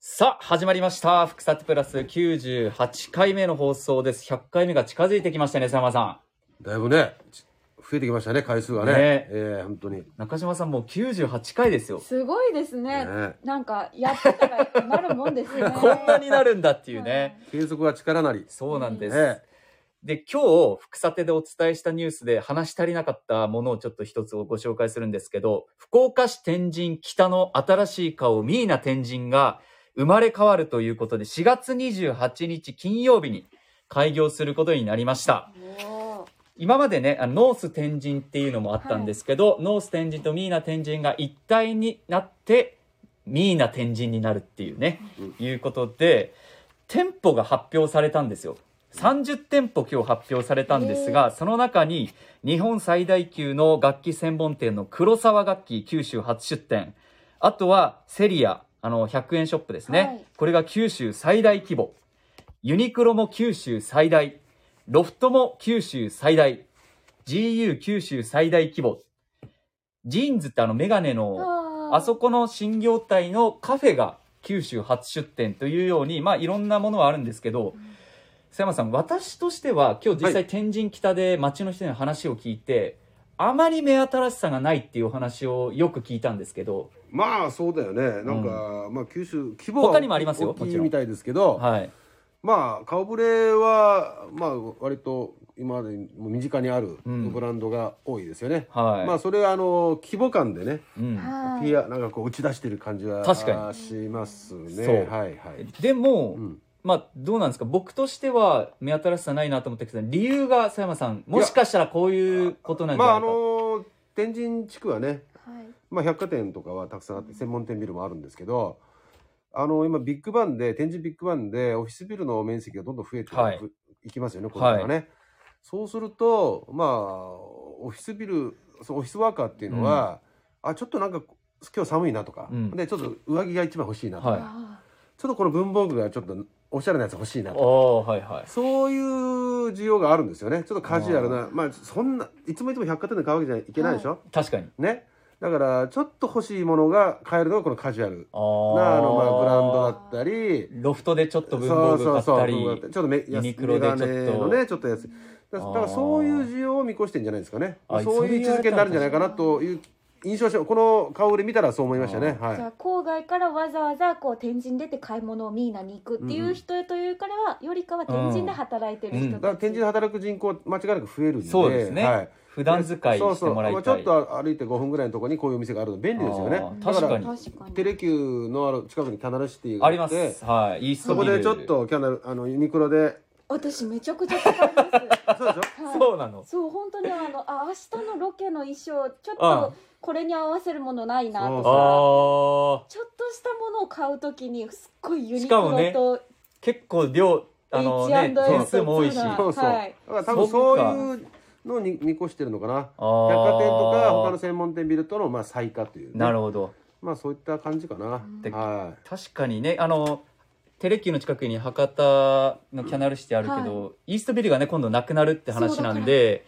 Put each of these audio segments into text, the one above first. さあ、始まりました。福サテプラス98回目の放送です。100回目が近づいてきましたね、さまさん。だいぶね、増えてきましたね、回数がね。ねええ本当に。中島さんもう98回ですよ。すごいですね。ねなんかやってたらなるもんですね。 こんなになるんだっていうね。継続は力なり。そうなんです。ねで、今日、福サテでお伝えしたニュースで話し足りなかったものをちょっと一つご紹介するんですけど、福岡市天神北の新しい顔、ミーナ天神が生まれ変わるということで、4月28日金曜日に開業することになりました。おー今までね、あのノース天神っていうのもあったんですけど、ノース天神とミーナ天神が一体になって、ミーナ天神になるっていうね、いうことで、店舗が発表されたんですよ。30店舗今日発表されたんですが、その中に日本最大級の楽器専門店の黒沢楽器九州初出店、あとはセリア、あの100円ショップですね、はいこれが九州最大規模。ユニクロも九州最大。ロフトも九州最大。GU 九州最大規模。ジーンズってあのメガネの、あーあそこの新業態のカフェが九州初出店というように、まあいろんなものはあるんですけど、瀬山さん、私としては今日実は際天神北で街の人に話を聞いて、あまり目新しさがないっていうお話をよく聞いたんですけど、まあそうだよね。なんか、まあ九州、規模他にもありますよ大もきちいろんみたいですけど、はい。まあ顔ぶれは、まあ割と今までにも身近にあるうんブランドが多いですよね。はい。まあそれはあの、規模感でね、うん。はいピアなんかこう打ち出してる感じは確かしますね。そうはいはい。でも、うんまあどうなんですか僕としては目新しさないなと思ったけど理由が佐山さんもしかしたらこういうことなんじまゃあなあいか、の、天神地区はね、はいまあ、百貨店とかはたくさんあって専門店ビルもあるんですけどあの今ビッグバンで天神ビッグバンでオフィスビルの面積がどんどん増えていく、はいい、きますよねこれからね、そうするとまあオフィスビルそのオフィスワーカーっていうのは、あちょっとなんか今日寒いなとか、うんでちょっと上着が一枚欲しいなとか、はいあちょっとこの文房具がちょっとおしゃれなやつ欲しいなとかおーはいはいそういう需要があるんですよねちょっとカジュアルなまあそんないつもいつも百貨店で買うわけじゃいけないでしょ、確かにね。だから、ちょっと欲しいものが買えるのがこのカジュアルあな、あの、まあ、ブランドあだったり、ロフトでちょっと文そ房う具そ買うっそうたり文房具買ったりちょっとメユニクロでちょっとメガネのね、ちょっと安い。だから、だからそういう需要を見越してんじゃないですかね。あそういう位置づけになるんじゃないかなという印象し、この顔で見たらそう思いましたね。ーじゃはあ郊外からわざわざこう天神出て買い物をミーナに行くっていう人というからはよりかは天神で働いてる人たち、うんい。だから、展示で働く人口は間違いなく増えるんで。そうですね、はい。普段使いしてもらいたいそうそうちょっと歩いて5分ぐらいのところにこういうお店があるの便利ですよねあー。だ確かに確かにテレキューのある近くにキャナルシティがああっりてますはいイーストそビこルでちょっとキャナルあのユニクロで私めちゃくちゃ 使います、そうでしょはいそうなのそう本当にあのあ明日のロケの衣装ちょっあとこれに合わせるものないなとそうかああちょっとしたものを買うときにすっごいユしニクかもねロと結構量あのね H&M 点数も多いしとかそうそう、はいだから多分そういうのを見見越してるのかな百貨店とか他の専門店ビルとのまあ最下というね、なるほどまあそういった感じかな、では確かにねあのテレキューの近くに博多のキャナルシティあるけど、イーストビルがね今度なくなるって話なんで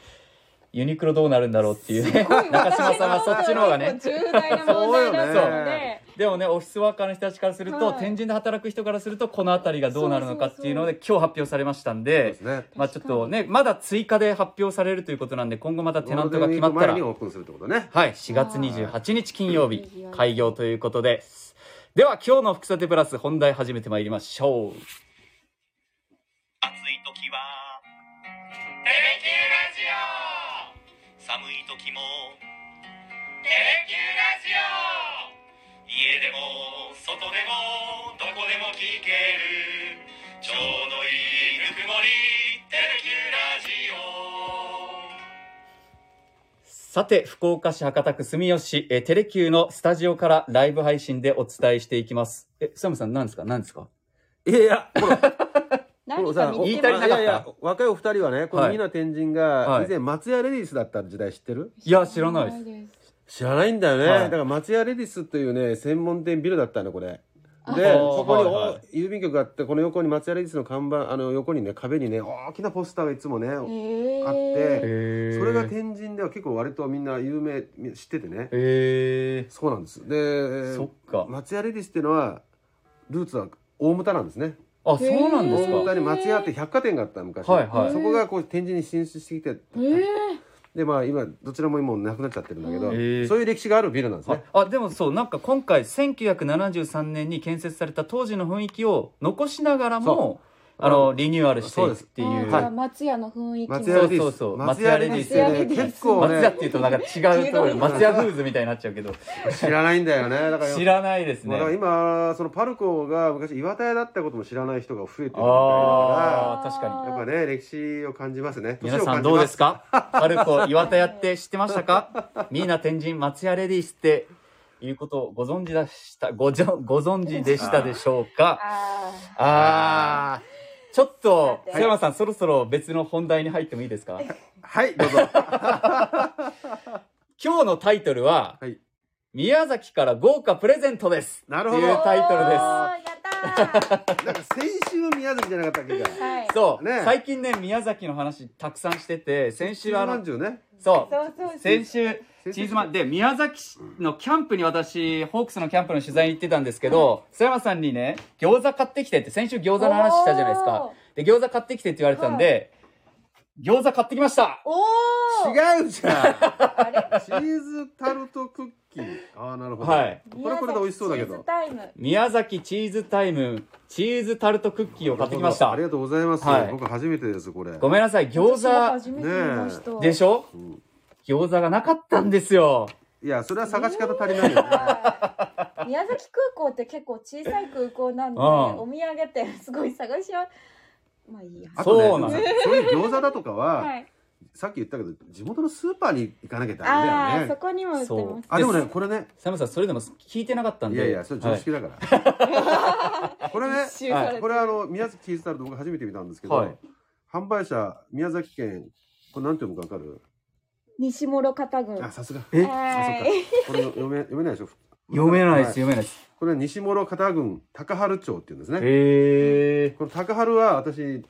ユニクロどうなるんだろうっていうね 中島さんはそっちの方が ね重大な問題なそうのよでねでもねオフィスワーカーの人たちからすると、はい天神で働く人からするとこの辺りがどうなるのかっていうので今日発表されましたんい、そうでですねまあちょっとねまだ追加で発表されるということなんで今後またテナントが決まっゴーたルデンウィらーク前にオープンするってことねはい、4月28日金曜日いいよ、開業ということです。では、今日の福さてプラス本題始めてまいりましょう。暑い時は「テレキューラジオ」寒い時も「テレキューラジオ」家でも外でもどこでも聞けるちょうどいいぬくもり「テレキューラジオ」さて、福岡市博多区住吉、えーテレ Q のスタジオからライブ配信でお伝えしていきます。え、サムさん何ですか何ですかいやいやこの何か言見いてたまりなかったやや若いお二人はねこはのいミーナ天神はがい以前松屋レディースだった時代知ってる、いや、知らないです。です知らないんだよね、はいだから松屋レディスというね専門店ビルだったのこれあではいそこに、はいはいお郵便局があってこの横に松屋レディスの看板あの横にね壁にね大きなポスターがいつもね、へあっえてへそれが天神では結構割とみんな有名み知っててねへーそうなんですでそっか。松屋レディスっていうのはルーツは大牟田なんですねあそうなんですか大牟田に松屋って百貨店があった昔、はいはいそこがこう展示に進出してきてええでまあ今どちらも今なくなっちゃってるんだけど、へえそういう歴史があるビルなんですねああでもそうなんか今回1973年に建設された当時の雰囲気を残しながらもそうあのリニューアルしていそうくっですていうあんじゃはあい松屋の雰囲気も松屋レディそうそーうスそう松屋レディースってね松屋レディース結構松屋ってねいうとなんか違うところ松屋フーズみたいになっちゃうけど知らないんだよねだから知らないですまねあだから今そのパルコが昔岩田屋だったことも知らない人が増えてるみたいあだかあ確かにらやっぱね歴史を感じますね皆年をさ感んじどうまですかパルコ岩田屋って知ってましたかミーナ天神松屋レディースっていうことをご存知でしたごじょご存知でしたでしょうかあああーちょっとはい瀬山さんそろそろ別の本題に入ってもいいですかはい どうぞ今日のタイトルははい「宮崎から豪華プレゼントです」なるとほいどうタイトルでやったーなんか先週は宮崎じゃなかったっけかはいすそう、ね最近ね宮崎の話たくさんしてて先週はあまんのじゅうねそそうそうそうう先週チーズマンで宮崎市のキャンプに私ホークスのキャンプの取材に行ってたんですけど須山さんにね餃子買ってきてって先週餃子の話したじゃないですかで餃子買ってきてって言われてたんで、餃子買ってきましたおお違うじゃんあれチーズタルトクッキーああなるほどはいこれはこれで美味しそうだけど宮崎チーズタイム宮崎チーズタイムチーズタルトクッキーを買ってきましあたりがとうございますはい僕初めてですこれごめんなさい餃私も初めて見ました子でしょうん餃子がなかったんですよいやそれは探し方足りないよねはい宮崎空港って結構小さい空港なんで、うんお土産ってすごい探しはまあいいやあとね そうなのそういう餃子だとかは、はいさっき言ったけど地元のスーパーに行かなきゃダあメだあよそねこにも売ってそまうすあでもねこれねサムさんそれでも聞いてなかったんいでやいやそれ常識だから、これね一周されてこれあの宮崎チーズタルト僕初めて見たんですけど、はい販売者宮崎県これなんて読むかわかる、西諸方郡あさすがえあそっかはいこれ読め読めないでしょ読めないです読めよ、ないですはいこれは西諸方郡高原町っていうんですねへえこの高原は私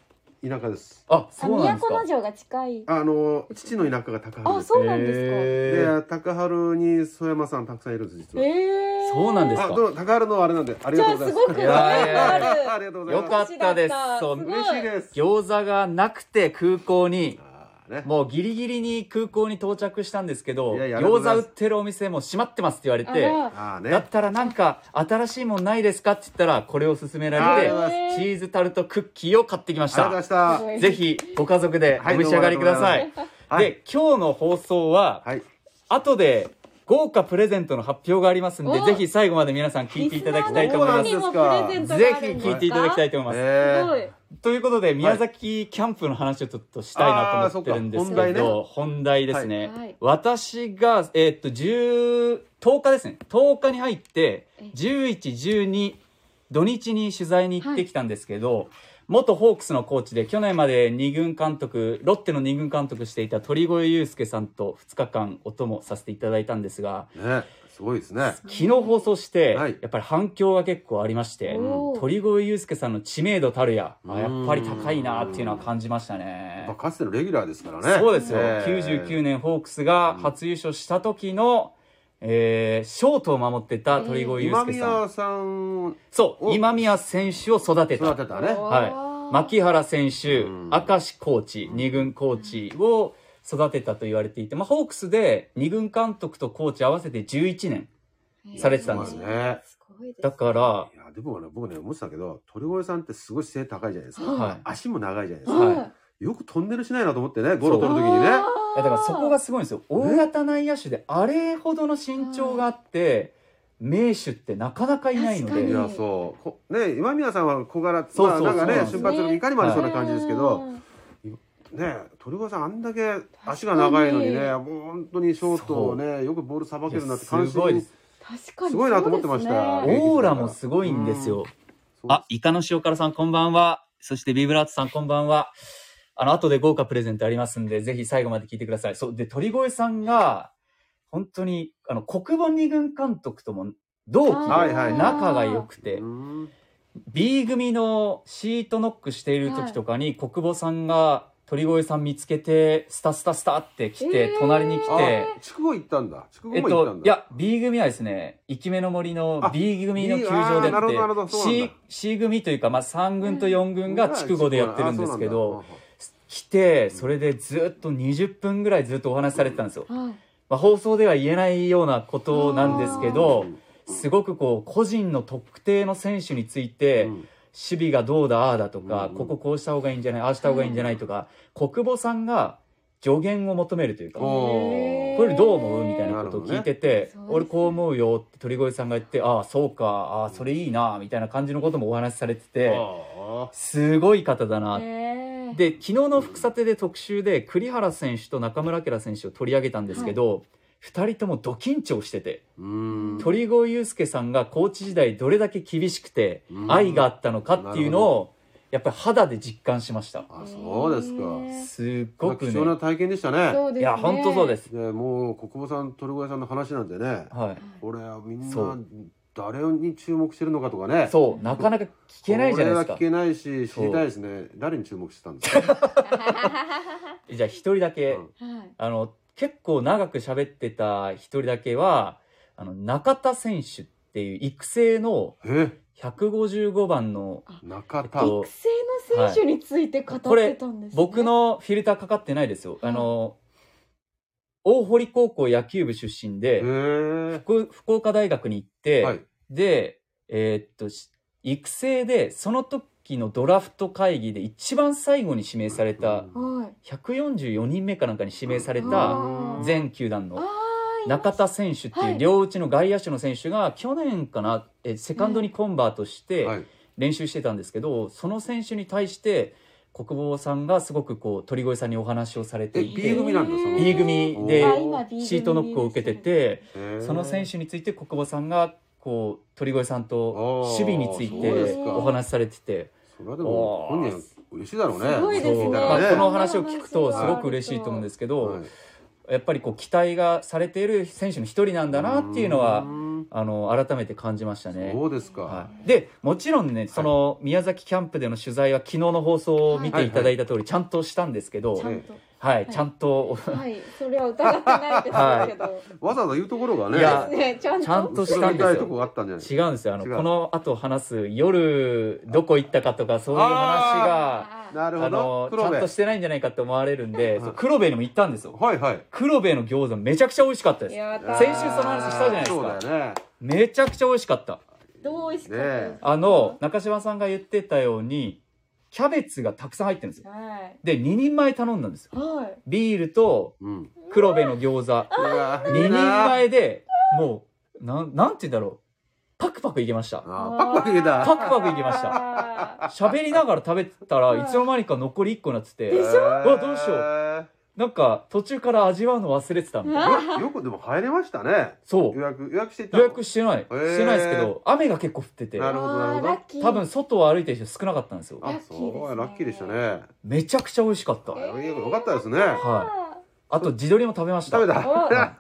田舎ですああそうなんですか都城が近いあの父の田舎が高原あですそうなんですかへーで高原に曽山さんたくさんいるんです実はええそうなんですあ、かどうも高原のあれなんで、ありがとうございます。じゃあすごくいやいやいやいや ありがとうございます。よかったですそう嬉嬉しいです。餃子がなくて空港にあーねもうギリギリに空港に到着したんですけどいやいやありがとうご餃ざい子売まっすてるお店もう閉まってますって言われてあーだっね。たらなんか新しいもんないですかって言ったらこれを勧めらあれりてがとうございますえチーズタルトクッキーを買ってきましありがたとうございましすごいぜひご家族でお召し上がりくださはいいた。はい。で今日の放送ははい。後で豪華プレゼントの発表がありますんでおぜひ最後まで皆さん聞いていただきたいと思いますリぜスナーの方にもプレゼンひ聞いていただきたいいと思います、えすごいということで宮崎キャンプの話をちょっとしたいなと思ってるんですけど、あーそっか本題ですね、はいはい私が、えーっと 10, 10日ですね10日に入ってえ1112土日に取材に行ってきたんですけど、元ホークスのコーチで去年まで二軍監督ロッテの二軍監督していた鳥越裕介さんと2日間お供させていただいたんですがえ。ね。すごいですね。昨日放送して、はいやっぱり反響が結構ありまして、おー鳥越祐介さんの知名度たるや、うあんやっぱり高いなっていうのは感じましたやねっぱ。かつてのレギュラーですからね。そうですよ、えー99年ホークスが初優勝した時の、えーショートを守ってた鳥越祐今介さん、宮さんをそうお今宮選手を育てた育てたね。はい、牧原選手、うん明石コーチ、二軍コーチを育てたと言われていて、まあ、ホークスで二軍監督とコーチ合わせて11年されてたんですよねすごいですだからいや、でもね、僕ね、思ってたけど、鳥越さんってすごい姿勢高いじゃないですか。はい足も長いじゃないですはか。いうんよくトンネルしないなと思ってね、ゴロ取るときにね。あいーやだからそこがすごいんですよ大型内野手であれほどの身長があって名手ってなかなかいないの確でいかにやそうこね今宮さんは小柄そうまあそうなんかねそうなんです瞬発力いかにもありそうな感じですけど、うんね鳥越さんあんだけ足が長いのに確ねもう本当にショートをねよくボールさばけるなっていや感すごいで心す確かにすごいなと思ってましたそうですねオーラもすごいんですよあイカの塩辛さんこんばんはそしてビブラートさんこんばんはあの後で豪華プレゼントありますんでぜひ最後まで聞いてくださいそうで鳥越さんが本当にあの国母二軍監督とも同期であーはいはい仲が良くて、うん B 組のシートノックしている時とかに小久保さんが鳥越さん見つけてスタスタスタって来て、えー隣に来てあ筑後行ったんだ筑後えっも行ったとんだ、いや B 組はですね生き目の森のあ B 組の B 球場であーなるほどなるあほっどてそうなん C, だ C 組というか、まあ、3軍と4軍が筑後でやってるんですけどあ来てそれでずっと20分ぐらいずっとお話しされてたんですよ、はい。まあ、放送では言えないようなことなんですけそうどなんだすごくこう個人の特定の選手について、うん守備がどうだああだとか、うんうんこここうした方がいいんじゃないああした方がいいんじゃないとか、国母さんが助言を求めるというか、おへーこれどう思うみたいなことを聞いてて、なるほどね俺こう思うよって鳥越さんが言ってああそうかああそれいいなみたいな感じのこともお話しされててあすごい方だなってえー、で昨日の副査定で特集で栗原選手と中村晃選手を取り上げたんですけど、二2人ともド緊張しててうーん鳥越祐介さんがコーチ時代どれだけ厳しくてうん愛があったのかっていうのをやっぱり肌で実感しましたあそうですか、すっまあごく貴ね重な体験でしたねそうですね。。いや本当そうですすでもう国母さん鳥越さんの話なんてねはこれはみんそなう誰に注目してるのかとかねいそうなかなか聞けないじゃないですこれかは聞けないし知そうりたいですね誰に注目してたんですかじゃあ一人だけ、うんはい。あの結構長く喋ってた一人だけはあの中田選手っていう育成のえ155番の中え田っと育成の選手について語ってたんです、ね僕。のフィルターかかってないですよ。あの、大堀高校野球部出身へで、え福福岡大学に行って、はいで、えーっと、し育成で、その時のドラフト会議で一番最後に指名された、はい。 144人目かなんかに指名されうたん全球団あのあ。中田選手ってはいいう両打ちの外野手の選手が去年かな、えセカンドにコンバートして、はい練習してたんですけどその選手に対して国防さんがすごくこう鳥越さんにお話をされてえい B て組なんだその B 組であ今 B 組シートノックを受けててへえその選手について国防さんがこう鳥越さんと守備についあーそうですてかお話しされててそれはでも本人は嬉しいだろうねすごいですねそう聞いだたかららねこの話を聞くとすごく嬉しいと思うんですけはどいやっぱりこう期待がされている選手の一人なんだなっていうのうはんあの改めて感じましたね。そうですか、はい、でもちろんねその宮崎キャンプでの取材は昨日の放送を見ていただいた通りちゃんとしたんですけど、ちはゃいんと。ちゃんと、はい、それは疑ってないですけど。わざわざ言うところがねいやね、ちゃんと。ちゃんとしたんですよ後ろめたいとこがあったんじゃない違うんですよあの違うこの後話す夜どこ行ったかとかそういう話があーなるあほのどちゃんとしてないんじゃないかって思われるんで、はいそう黒部にも行ったんですよはいはい黒部の餃子めちゃくちゃ美味しかったですやだー先週その話したじゃないですかそうだよねめちゃくちゃ美味しかったどう美味しかったですかあの、中島さんが言ってたようにキャベツがたくさん入ってるんですよはい。で2人前頼んだんですよはい。ビールとうん黒部の餃子2 2人前でもうなんなんて言うんだろうパクパクいけましたあーパクパクい けパたクパクいけましたた。喋りながら食べてたらはいいつの間にか残り1個になってでてしょえーわどうしよなんか途中から味わうの忘れてたみたいなよ よくでも入れましたねそう予約予約していった予の約してないしへーてないですけど雨が結構降っててなるほどなるほどあーラッキー多分外を歩いてる人少なかったんですよラあッキーですねそうラッキーでしたねめちゃくちゃ美味しかったあよかったですねはいああと自撮りも食べました食べたは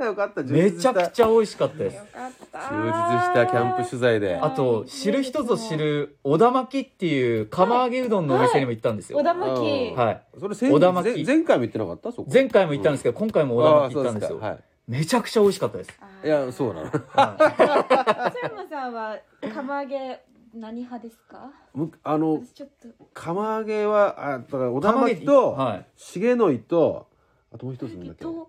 よかったい めちゃくゃちゃ美味しかったでーすよかった。充実したキャンプ取材であと知る人ぞ知る小田巻きっていう釜揚げうどんのお店にも行ったんですよ小田巻うんき。はいそれ小田巻き前前回も言ってなかったそこ前回も行ったんですけど、今回も小田巻き行ったんですよあーそうかはめちゃくちゃ美味しかったです いいやそうなのはい佐山さんは釜揚げ何派ですか？むあの私ちょっと釜揚げはあだから小田巻きと、はい重野井とあともう一つなんだっけもと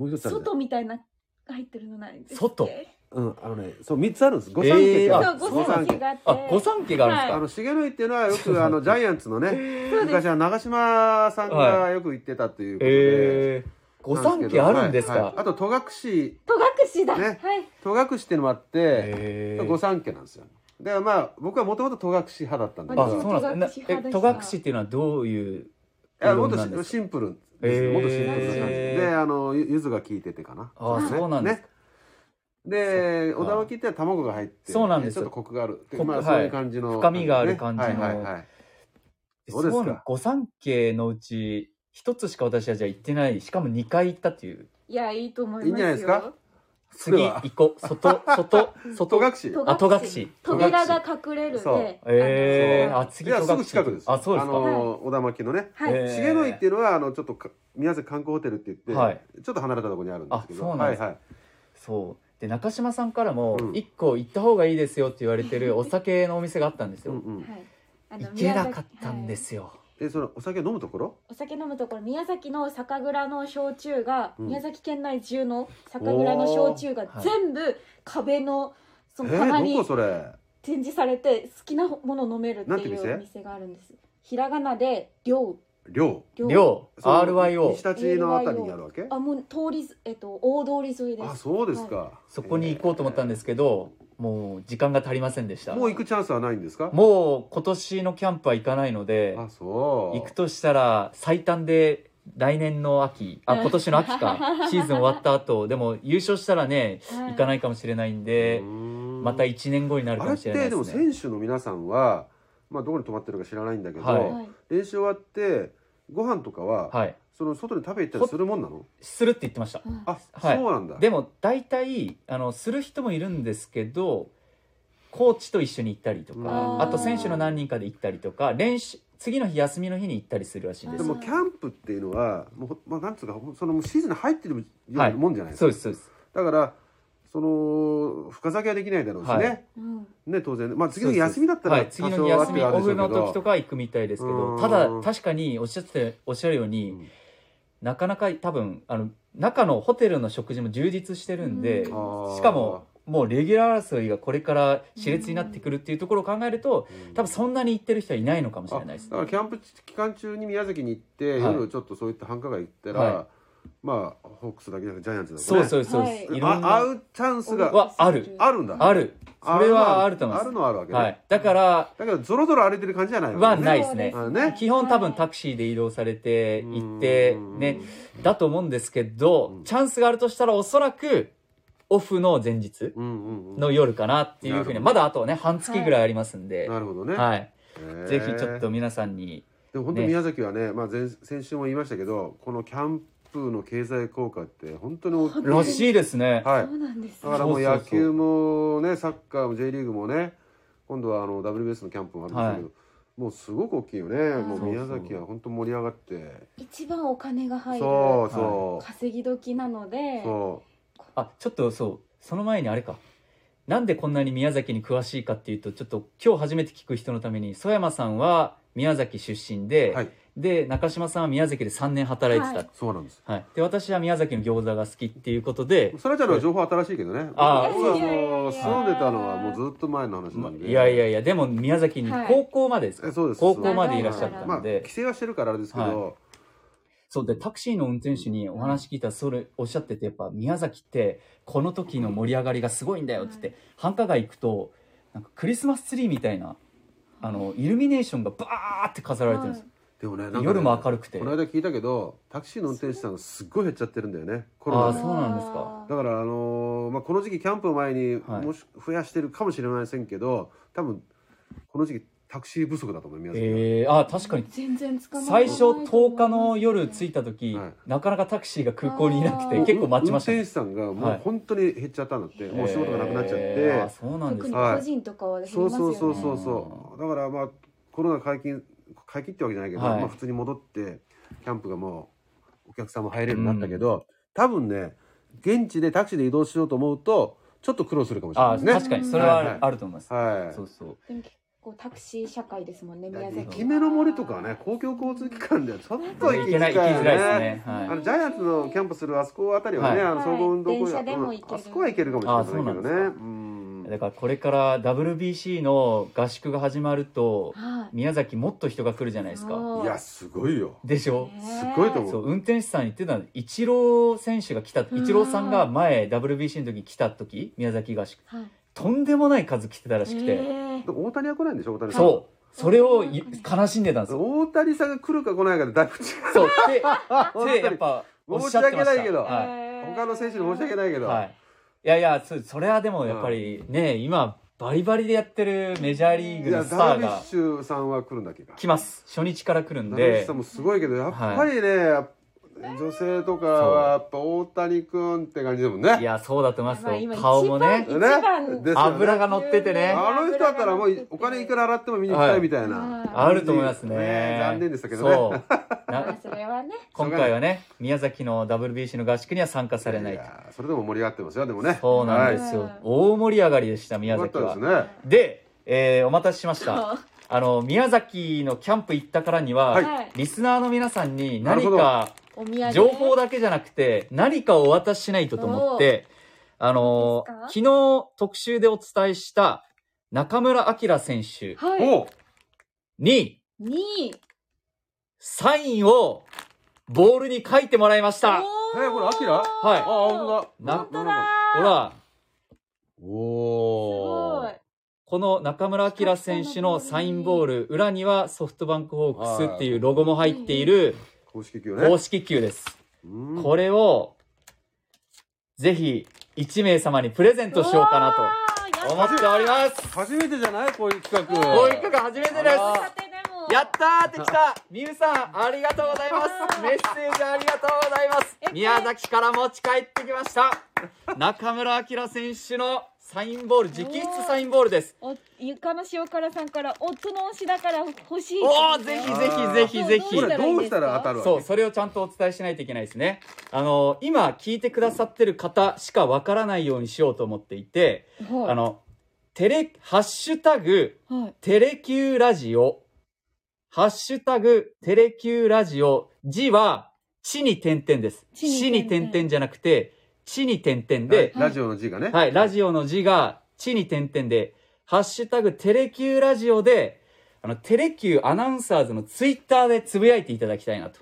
う一つあるね外みたいな入ってるのないですっけ外うんあのねそう三つあるんです五え三家ーがそうあ五三家があって。あ御三家がああるんでの重野井っていうのはよくあのジャイアンツのねそうです昔は長嶋さんがよく行ってたというすこか、とで、ええー、御三家あるんですか、はいはいあと戸隠戸隠だ。はいね。戸隠っていうのもあって、えー御三家なんですよだからまあ僕はもともと戸隠派だったんだけあどそうなんですねなえ戸隠っていうのはどういううどもんっなんでとすかシンプルですね、えーもっとシンプルな感じであのゆゆずが効いててかなあーそうなんですか、でそっ小か田巻きって卵が入ってそうなんですちょっとコクがあるコクまはあいそういう感じの深みがある感じのねはいはいはいそうですかそうなの御三家のうち一つしか私はじゃあ行ってないしかも二回行ったっていういやいいと思いますよ。いいんじゃないですか？れ次は行こう。 外、外、戸外。隠しあ戸隠し扉が隠れるんそうでえー、そうあ、次い戸や隠すぐ近くですあ、そうですあか。のー小田巻のねあのはい、えー重野井っていうのはあのちょっとか宮崎観光ホテルって言って、はいちょっと離れたところにあるんですけどあそうなんですかはいはいそう。で、中島さんからもう、ん一個行った方がいいですよって言われて るお酒のお店があったんですうんよ。うん、はいあの行けなかったんで宮崎はいすよ。えそのお酒飲むところお酒飲むところ宮崎の酒蔵の焼酎が、うん宮崎県内中の酒蔵の焼酎がおー全部壁のそえの棚ー、にどこそれ展示されて好きなもの飲めるってなんてい店うお店があるんですひらがなで「りょう寮」量、その RYO 西。立のあたりにあるわけあもう通りず、えっと、大通り沿いであすそうですか、、そこに行こうと思ったんですすけど、もう時間が足りませんでした。もう行くチャンスはないんですかもう今年のキャンプは行かないので、あそう行くとしたら最短で来年の秋、あ、今年の秋 か。シーズン終わった後、でも優勝したらね、行かないいかもしれないんでうー、んまた1年後になるかあれもっしれないてででもすね。選手の皆さんは、まあ、どこに泊まってるか知らないんだけど、はいはい練習終わってご飯とかは、はい。その外に食べ行ったりするもんなのするって言ってました。うんあ、はいそうなんだでも大体あのする人もいるんですけどコーチと一緒に行ったりとうかんあと選手の何人かで行ったりとか練習次の日休みの日に行ったりするらしいんでですもキャンプっていうのはもうほ、まあ、なんつうかそのもうシーズンに入ってるようはないもんじゃないですそか、うですそうですだからその深酒はできないだろうしね、はいうんね当然まあ次そのう日です休みだったはらい多次の日少はっ休てみあるオでフしょうけの時とどかは行くみたいですけうどんただ確かにおっしゃっておっしゃるように、うんなかなか多分あの中のホテルの食事も充実してるんで、うんあーしかももうレギュラー争いがこれから熾烈になってくるっていうところを考えるとうん多分そんなに行ってる人はいないのかもしれないですだからキャンプ期間中に宮崎に行って、はい夜ちょっとそういった繁華街行ったら、はまあホークスだけじゃなくジャイアンツだとかそねうそうそうです、、はいあろんな会うチャンスがわあるあるんだあるそれはあると思いあまるすのはあるわけね、はい、だからだけどゾロゾロ歩いてる感じじゃないはわけねないですねあね基本多分タたクシーで移動されて行ってうんねだと思うんですけどうんチャンスがあるとしたらおそらくオフの前日うんうんうんの夜かなっていうふうなるほにどまだあとね半月ぐらいありますんで、なるほどね、はいへーぜひちょっと皆さんにでも本当ね宮崎はねまあ、前先週も言いましたけどこのキャンプの経済効果って本当に大きい本当にらしいですねはいそうなんですだねからもそううそうそう野球もねサッカーも J リーグもね今度はあの WBS のキャンプもあるんですけど、もうすごく大きいよねいもう宮崎は本当盛り上がって一番お金が入るそうそう、稼ぎ時なのでそあちょっとそうその前にあれかなんでこんなに宮崎に詳しいかっていうとちょっと今日初めて聞く人のために曽山さんは宮崎出身で、うはいで中島さんは宮崎で3年働いてた、ははいいそうなんですで私は宮崎の餃子が好きっていうことで、そらちゃんのは情報新しいけどねあー僕はもういやいやいや住んでたのはもうずっと前の話なんでいやいやいやでも宮崎にはい高校までですか、えそうです高校までいらっしゃったまあんで、規制はしてるからあれですけど、そうでタクシーの運転手にお話聞いたらそれおっしゃっててやっぱ宮崎ってこの時の盛り上がりがすごいんだよって言って、は繁華街行くとなんかクリスマスツリーみたいなあのイルミネーションがバーって飾られてるんです、でもねなんでかね夜も明るくてこの間聞いたけどタクシーの運転手さんがすっごい減っちゃってるんだよねコあロあナでそうなんですかだからあのーまあ、この時期キャンプを前にはいもし増やしてるかもしれませんけど、多分この時期タクシー不足だと思います、えー、あ確かに全然捕まらな最い初10日の夜着いた時、はいなかなかタクシーが空港にいなくてあー結構待ちました運ね転手さんがもはいう本当に減っちゃったんだって、もう仕事がなくなっちゃって、えーあそうなんです特にか個人とかは減りそうますよそうねそうそうそうだからまあコロナ解禁解禁ってわけじゃないけど、はいまあ、普通に戻ってキャンプがもうお客さんも入れるようになったけど、多分ね現地でタクシーで移動しようと思うとちょっと苦労するかもしれなあいーです確ね。かにそれはある,、はいはいあると思います、はいそうそうでも結構タクシー社会ですもんね宮崎は駅目の森とかはね公共交通機関ではちょっと行きづらい,、ね、行けない行きづらいですねはいあのジャイアンツのキャンプするあそこあたりはね、はいあの総合運動公園、はい電車でも行けるあそこは行けるかもしれないけどねあそうなんでうんだからこれから WBC の合宿が始まるとはい宮崎もっと人が来るじゃないですかそういやすごいよでしょねすごいと思そう運転手さん言ってたのイチロー選手が来たイチローさんが前 WBC の時に来た時宮崎合宿はいとんでもない数来てたらしくえてーでも大谷は来ないんでしょ大谷さんそうそれをい悲しんでたんですよ大谷さんが来るか来ないかでだいぶ違うそうで本 当でにやっぱおっ申ししゃって訳ましたないけど、は他の選手に申し訳ないけい、ど、はい、いやいやそそれはでもやっぱりね、今バリバリでやってるメジャーリーグいやのスタダールビッがシュさんは来るんだっけか来ます初日から来るんダルビッシでュさんもすごいけどやっぱりね、やっ女性とかはやっぱ大谷君って感じだもんねいやそうだと思いまあます今よ顔もね一番ねですよね油が乗っててねあの人だったらもうお金いくら払っても見に行きたいみたいな、ああると思いますねね残念でしたけどねそうまあなそれはね今回はね宮崎の WBC の合宿には参加されないとやそれでも盛り上がってますよでもねそうなんですよ、はい大盛り上がりでした宮よ崎かはったで,、ですねえーお待たせしました そうあの宮崎のキャンプ行ったからには、はいはいリスナーの皆さんになる何ほどかお土産情報だけじゃなくて何かをお渡ししないとと思ってあの何です昨日特集でお伝えした中村晃選手はいおうに2位サインをボールに書いてもらいましたおえこれアキラはいああ本当だな本当だほらおおすごいこの中村晃選手のサインボール裏にはソフトバンクホークスっていうロゴも入っている公式球ね公式球ですうんこれをぜひ1名様にプレゼントしようかなとな思っております。初めてじゃないこういう企画こういう企画初めてであす。やったーってきたみゆさん、ありがとうございますメッセージありがとうございますえこれ宮崎から持ち帰ってきました中村晃選手のサインボール、直筆サインボールです。お床の塩辛さんから夫の推しだから欲しいおーぜひぜひぜひぜひこれどうしたら当たるわけそう、それをちゃんとお伝えしないといけないですね。あの、今聞いてくださってる方しかわからないようにしようと思っていて、はいあの、テレ、ハッシュタグ、はいテレキューラジオ。ハッシュタグ、テレキューラジオ。字は、地に点々です。地に地に点々点々じゃなくて、地に点々でで、ラジオの字がねはい、ラジオの字が、地に点々で、ハッシュタグ、テレキューラジオで、あの、テレキューアナウンサーズのツイッターでつぶやいていただきたいなと。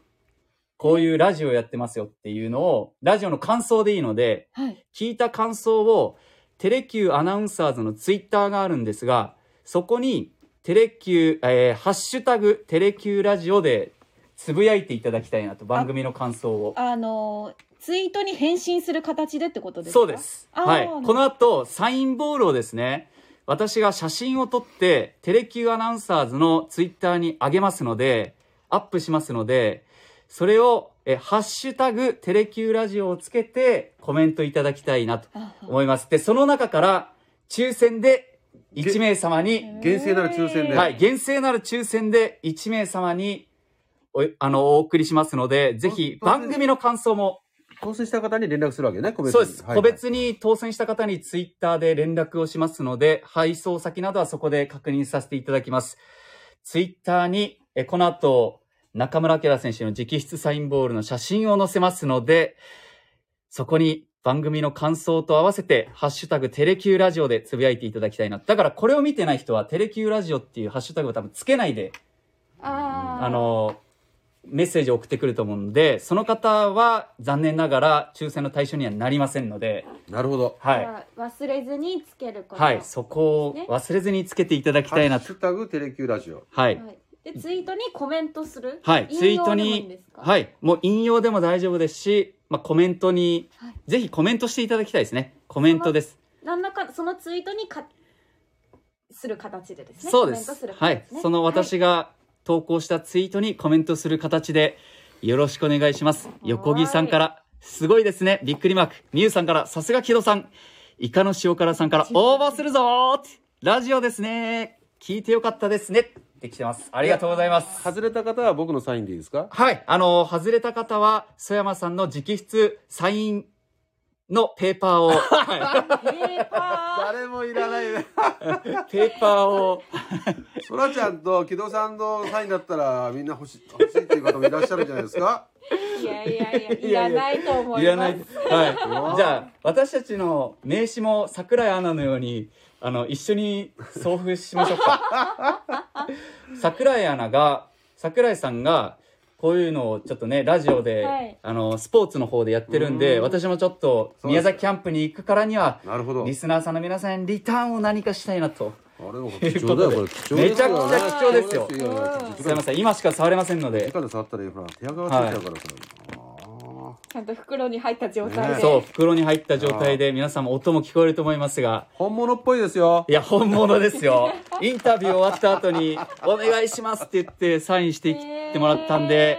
こういうラジオやってますよっていうのを、ラジオの感想でいいので、はい聞いた感想をテレキューアナウンサーズのツイッターがあるんですがそこにテレキュー、えーハッシュタグテレキューラジオでつぶやいていただきたいなと番組の感想をあのツイートに返信する形でってことですかそうですあーはいなるほどこの後サインボールをですね私が写真を撮ってテレキューアナウンサーズのツイッターに上げますのでアップしますのでそれをえハッシュタグテレキューラジオをつけてコメントいただきたいなとあ思います。で、その中から、抽選で1名様に、厳正なる抽選ではい、厳正なる抽選で1名様に、おあの、お送りしますので、ぜひ当然番組の感想も、当選した方に連絡するわけね個別にそうです。はい個別に当選した方にツイッターで連絡をしますので、配送先などはそこで確認させていただきます。ツイッターに、えこの後、中村明選手の直筆サインボールの写真を載せますので、そこに番組の感想と合わせて、ハッシュタグテレキューラジオでつぶやいていただきたいな。だからこれを見てない人は、テレキューラジオっていうハッシュタグを多分つけないで、あーあの、メッセージを送ってくると思うので、その方は残念ながら抽選の対象にはなりませんので、なるほどはいじ。ゃあ忘れずにつけることはい、そこをね忘れずにつけていただきハたいなッと。シュタグテレキューラジオはい。はいでツイートにコメントするはい、ツイート引用でもいいにんです、かはい、もう引用でも大丈夫ですし、まあ、コメントに、はいぜひコメントしていただきたいですね。コメントです。何らかそのツイートにかする形でですねそうでコメントする形はねい、その私が投稿したツイートにコメントする形で、よろしくお願いします。横木さんから、すごいですね、びっくりマーク。みゆさんから、さすが木戸さん。イカの塩辛さん から、応募するぞーってラジオですね聞いてよかったですねって来てます。ありがとうございます。外れた方は僕のサインでいいですか はい。あの、外れた方は、曽山さんの直筆サインのペーパー を、はペーパ誰もいらないねいペーパーを、そらちゃんと木戸さんのサインだったらみんな欲しい欲しいっていう方もいらっしゃるんじゃないですかーいやいやいいややいやいらないと思いますいらない。うはわい。じゃあ、私たちの名刺も桜井アナのように、あの、一緒に送付しましょうか。 桜井アナが、桜井さんが、こういうのをちょっとね、ラジオで、はいあの、スポーツの方でやってるんで、うん私もちょっと、宮崎キャンプに行くからには、なるほどリスナーさんの皆さんにリターンを何かしたいなと。あれも貴重だよこれ貴重めちゃよくちゃ貴重ですよ貴重ですすいません、今しか触れませんので。直で触ったらいいほら手垢がついちゃうからさちゃんと袋に入った状態ねで。そう、袋に入った状態で皆さんも音も聞こえると思いますが、本物っぽいですよいや、本物です よ。インタビュー終わった後に、お願いしますって言ってサインしてきてもらったんで、え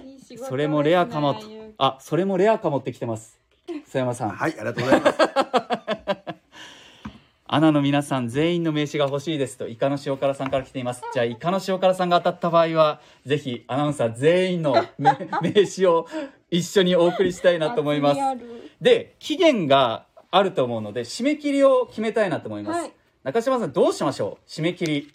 ー。いい仕事事それもレアかもとですねあそれもレアかもってきてます須山さんはい、ありがとうございます。アナの皆さん全員の名刺が欲しいですとイカの塩辛さんから来ていますじゃあイカの塩辛さんが当たった場合はぜひアナウンサー全員のめ 名刺を一緒にお送りしたいなと思います厚みあるで期限があると思うので締め切りを決めたいなと思います、はい中島さんどうしましょう締め切り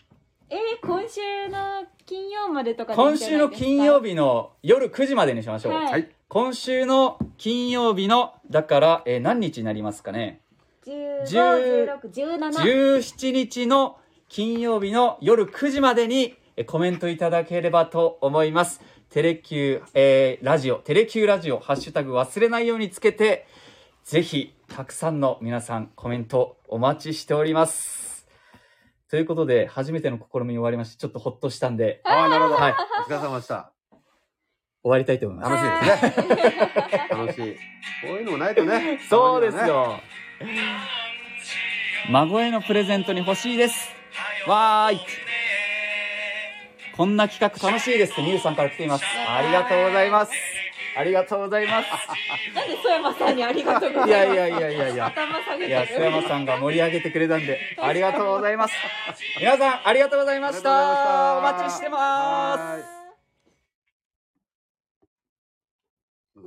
えー、今週の金曜までとかでいいん今じゃ週ないのですか金曜日の夜9時までにしましょう、はいはい、今週の金曜日のだから、えー何日になりますかね15、16、17 17日の金曜日の夜9時までにえーコメントいただければと思います。テレキュー、えーラジオ、テレキューラジオ、ハッシュタグ忘れないようにつけて、ぜひ、たくさんの皆さん、コメントお待ちしております。ということで、初めての試み終わりまして、ちょっとほっとしたんで、ああ、なるほど。はいお疲れ様でした。終わりたいと思います。楽しいですね。楽しい。こういうのもないとね。そうですたまにはね。よ。孫へのプレゼントに欲しいです。わーい。こんな企画楽しいですって、みゆさんから来ています。ありがとうございます。ありがとうございます。なんで曽山さんにありがとうございいますやいやいやいやいや。頭下げているや、須山さんが盛り上げてくれたんで、ありがとうございます。皆さん、ありがとうございました。おありがとうございました待ちしてます。はい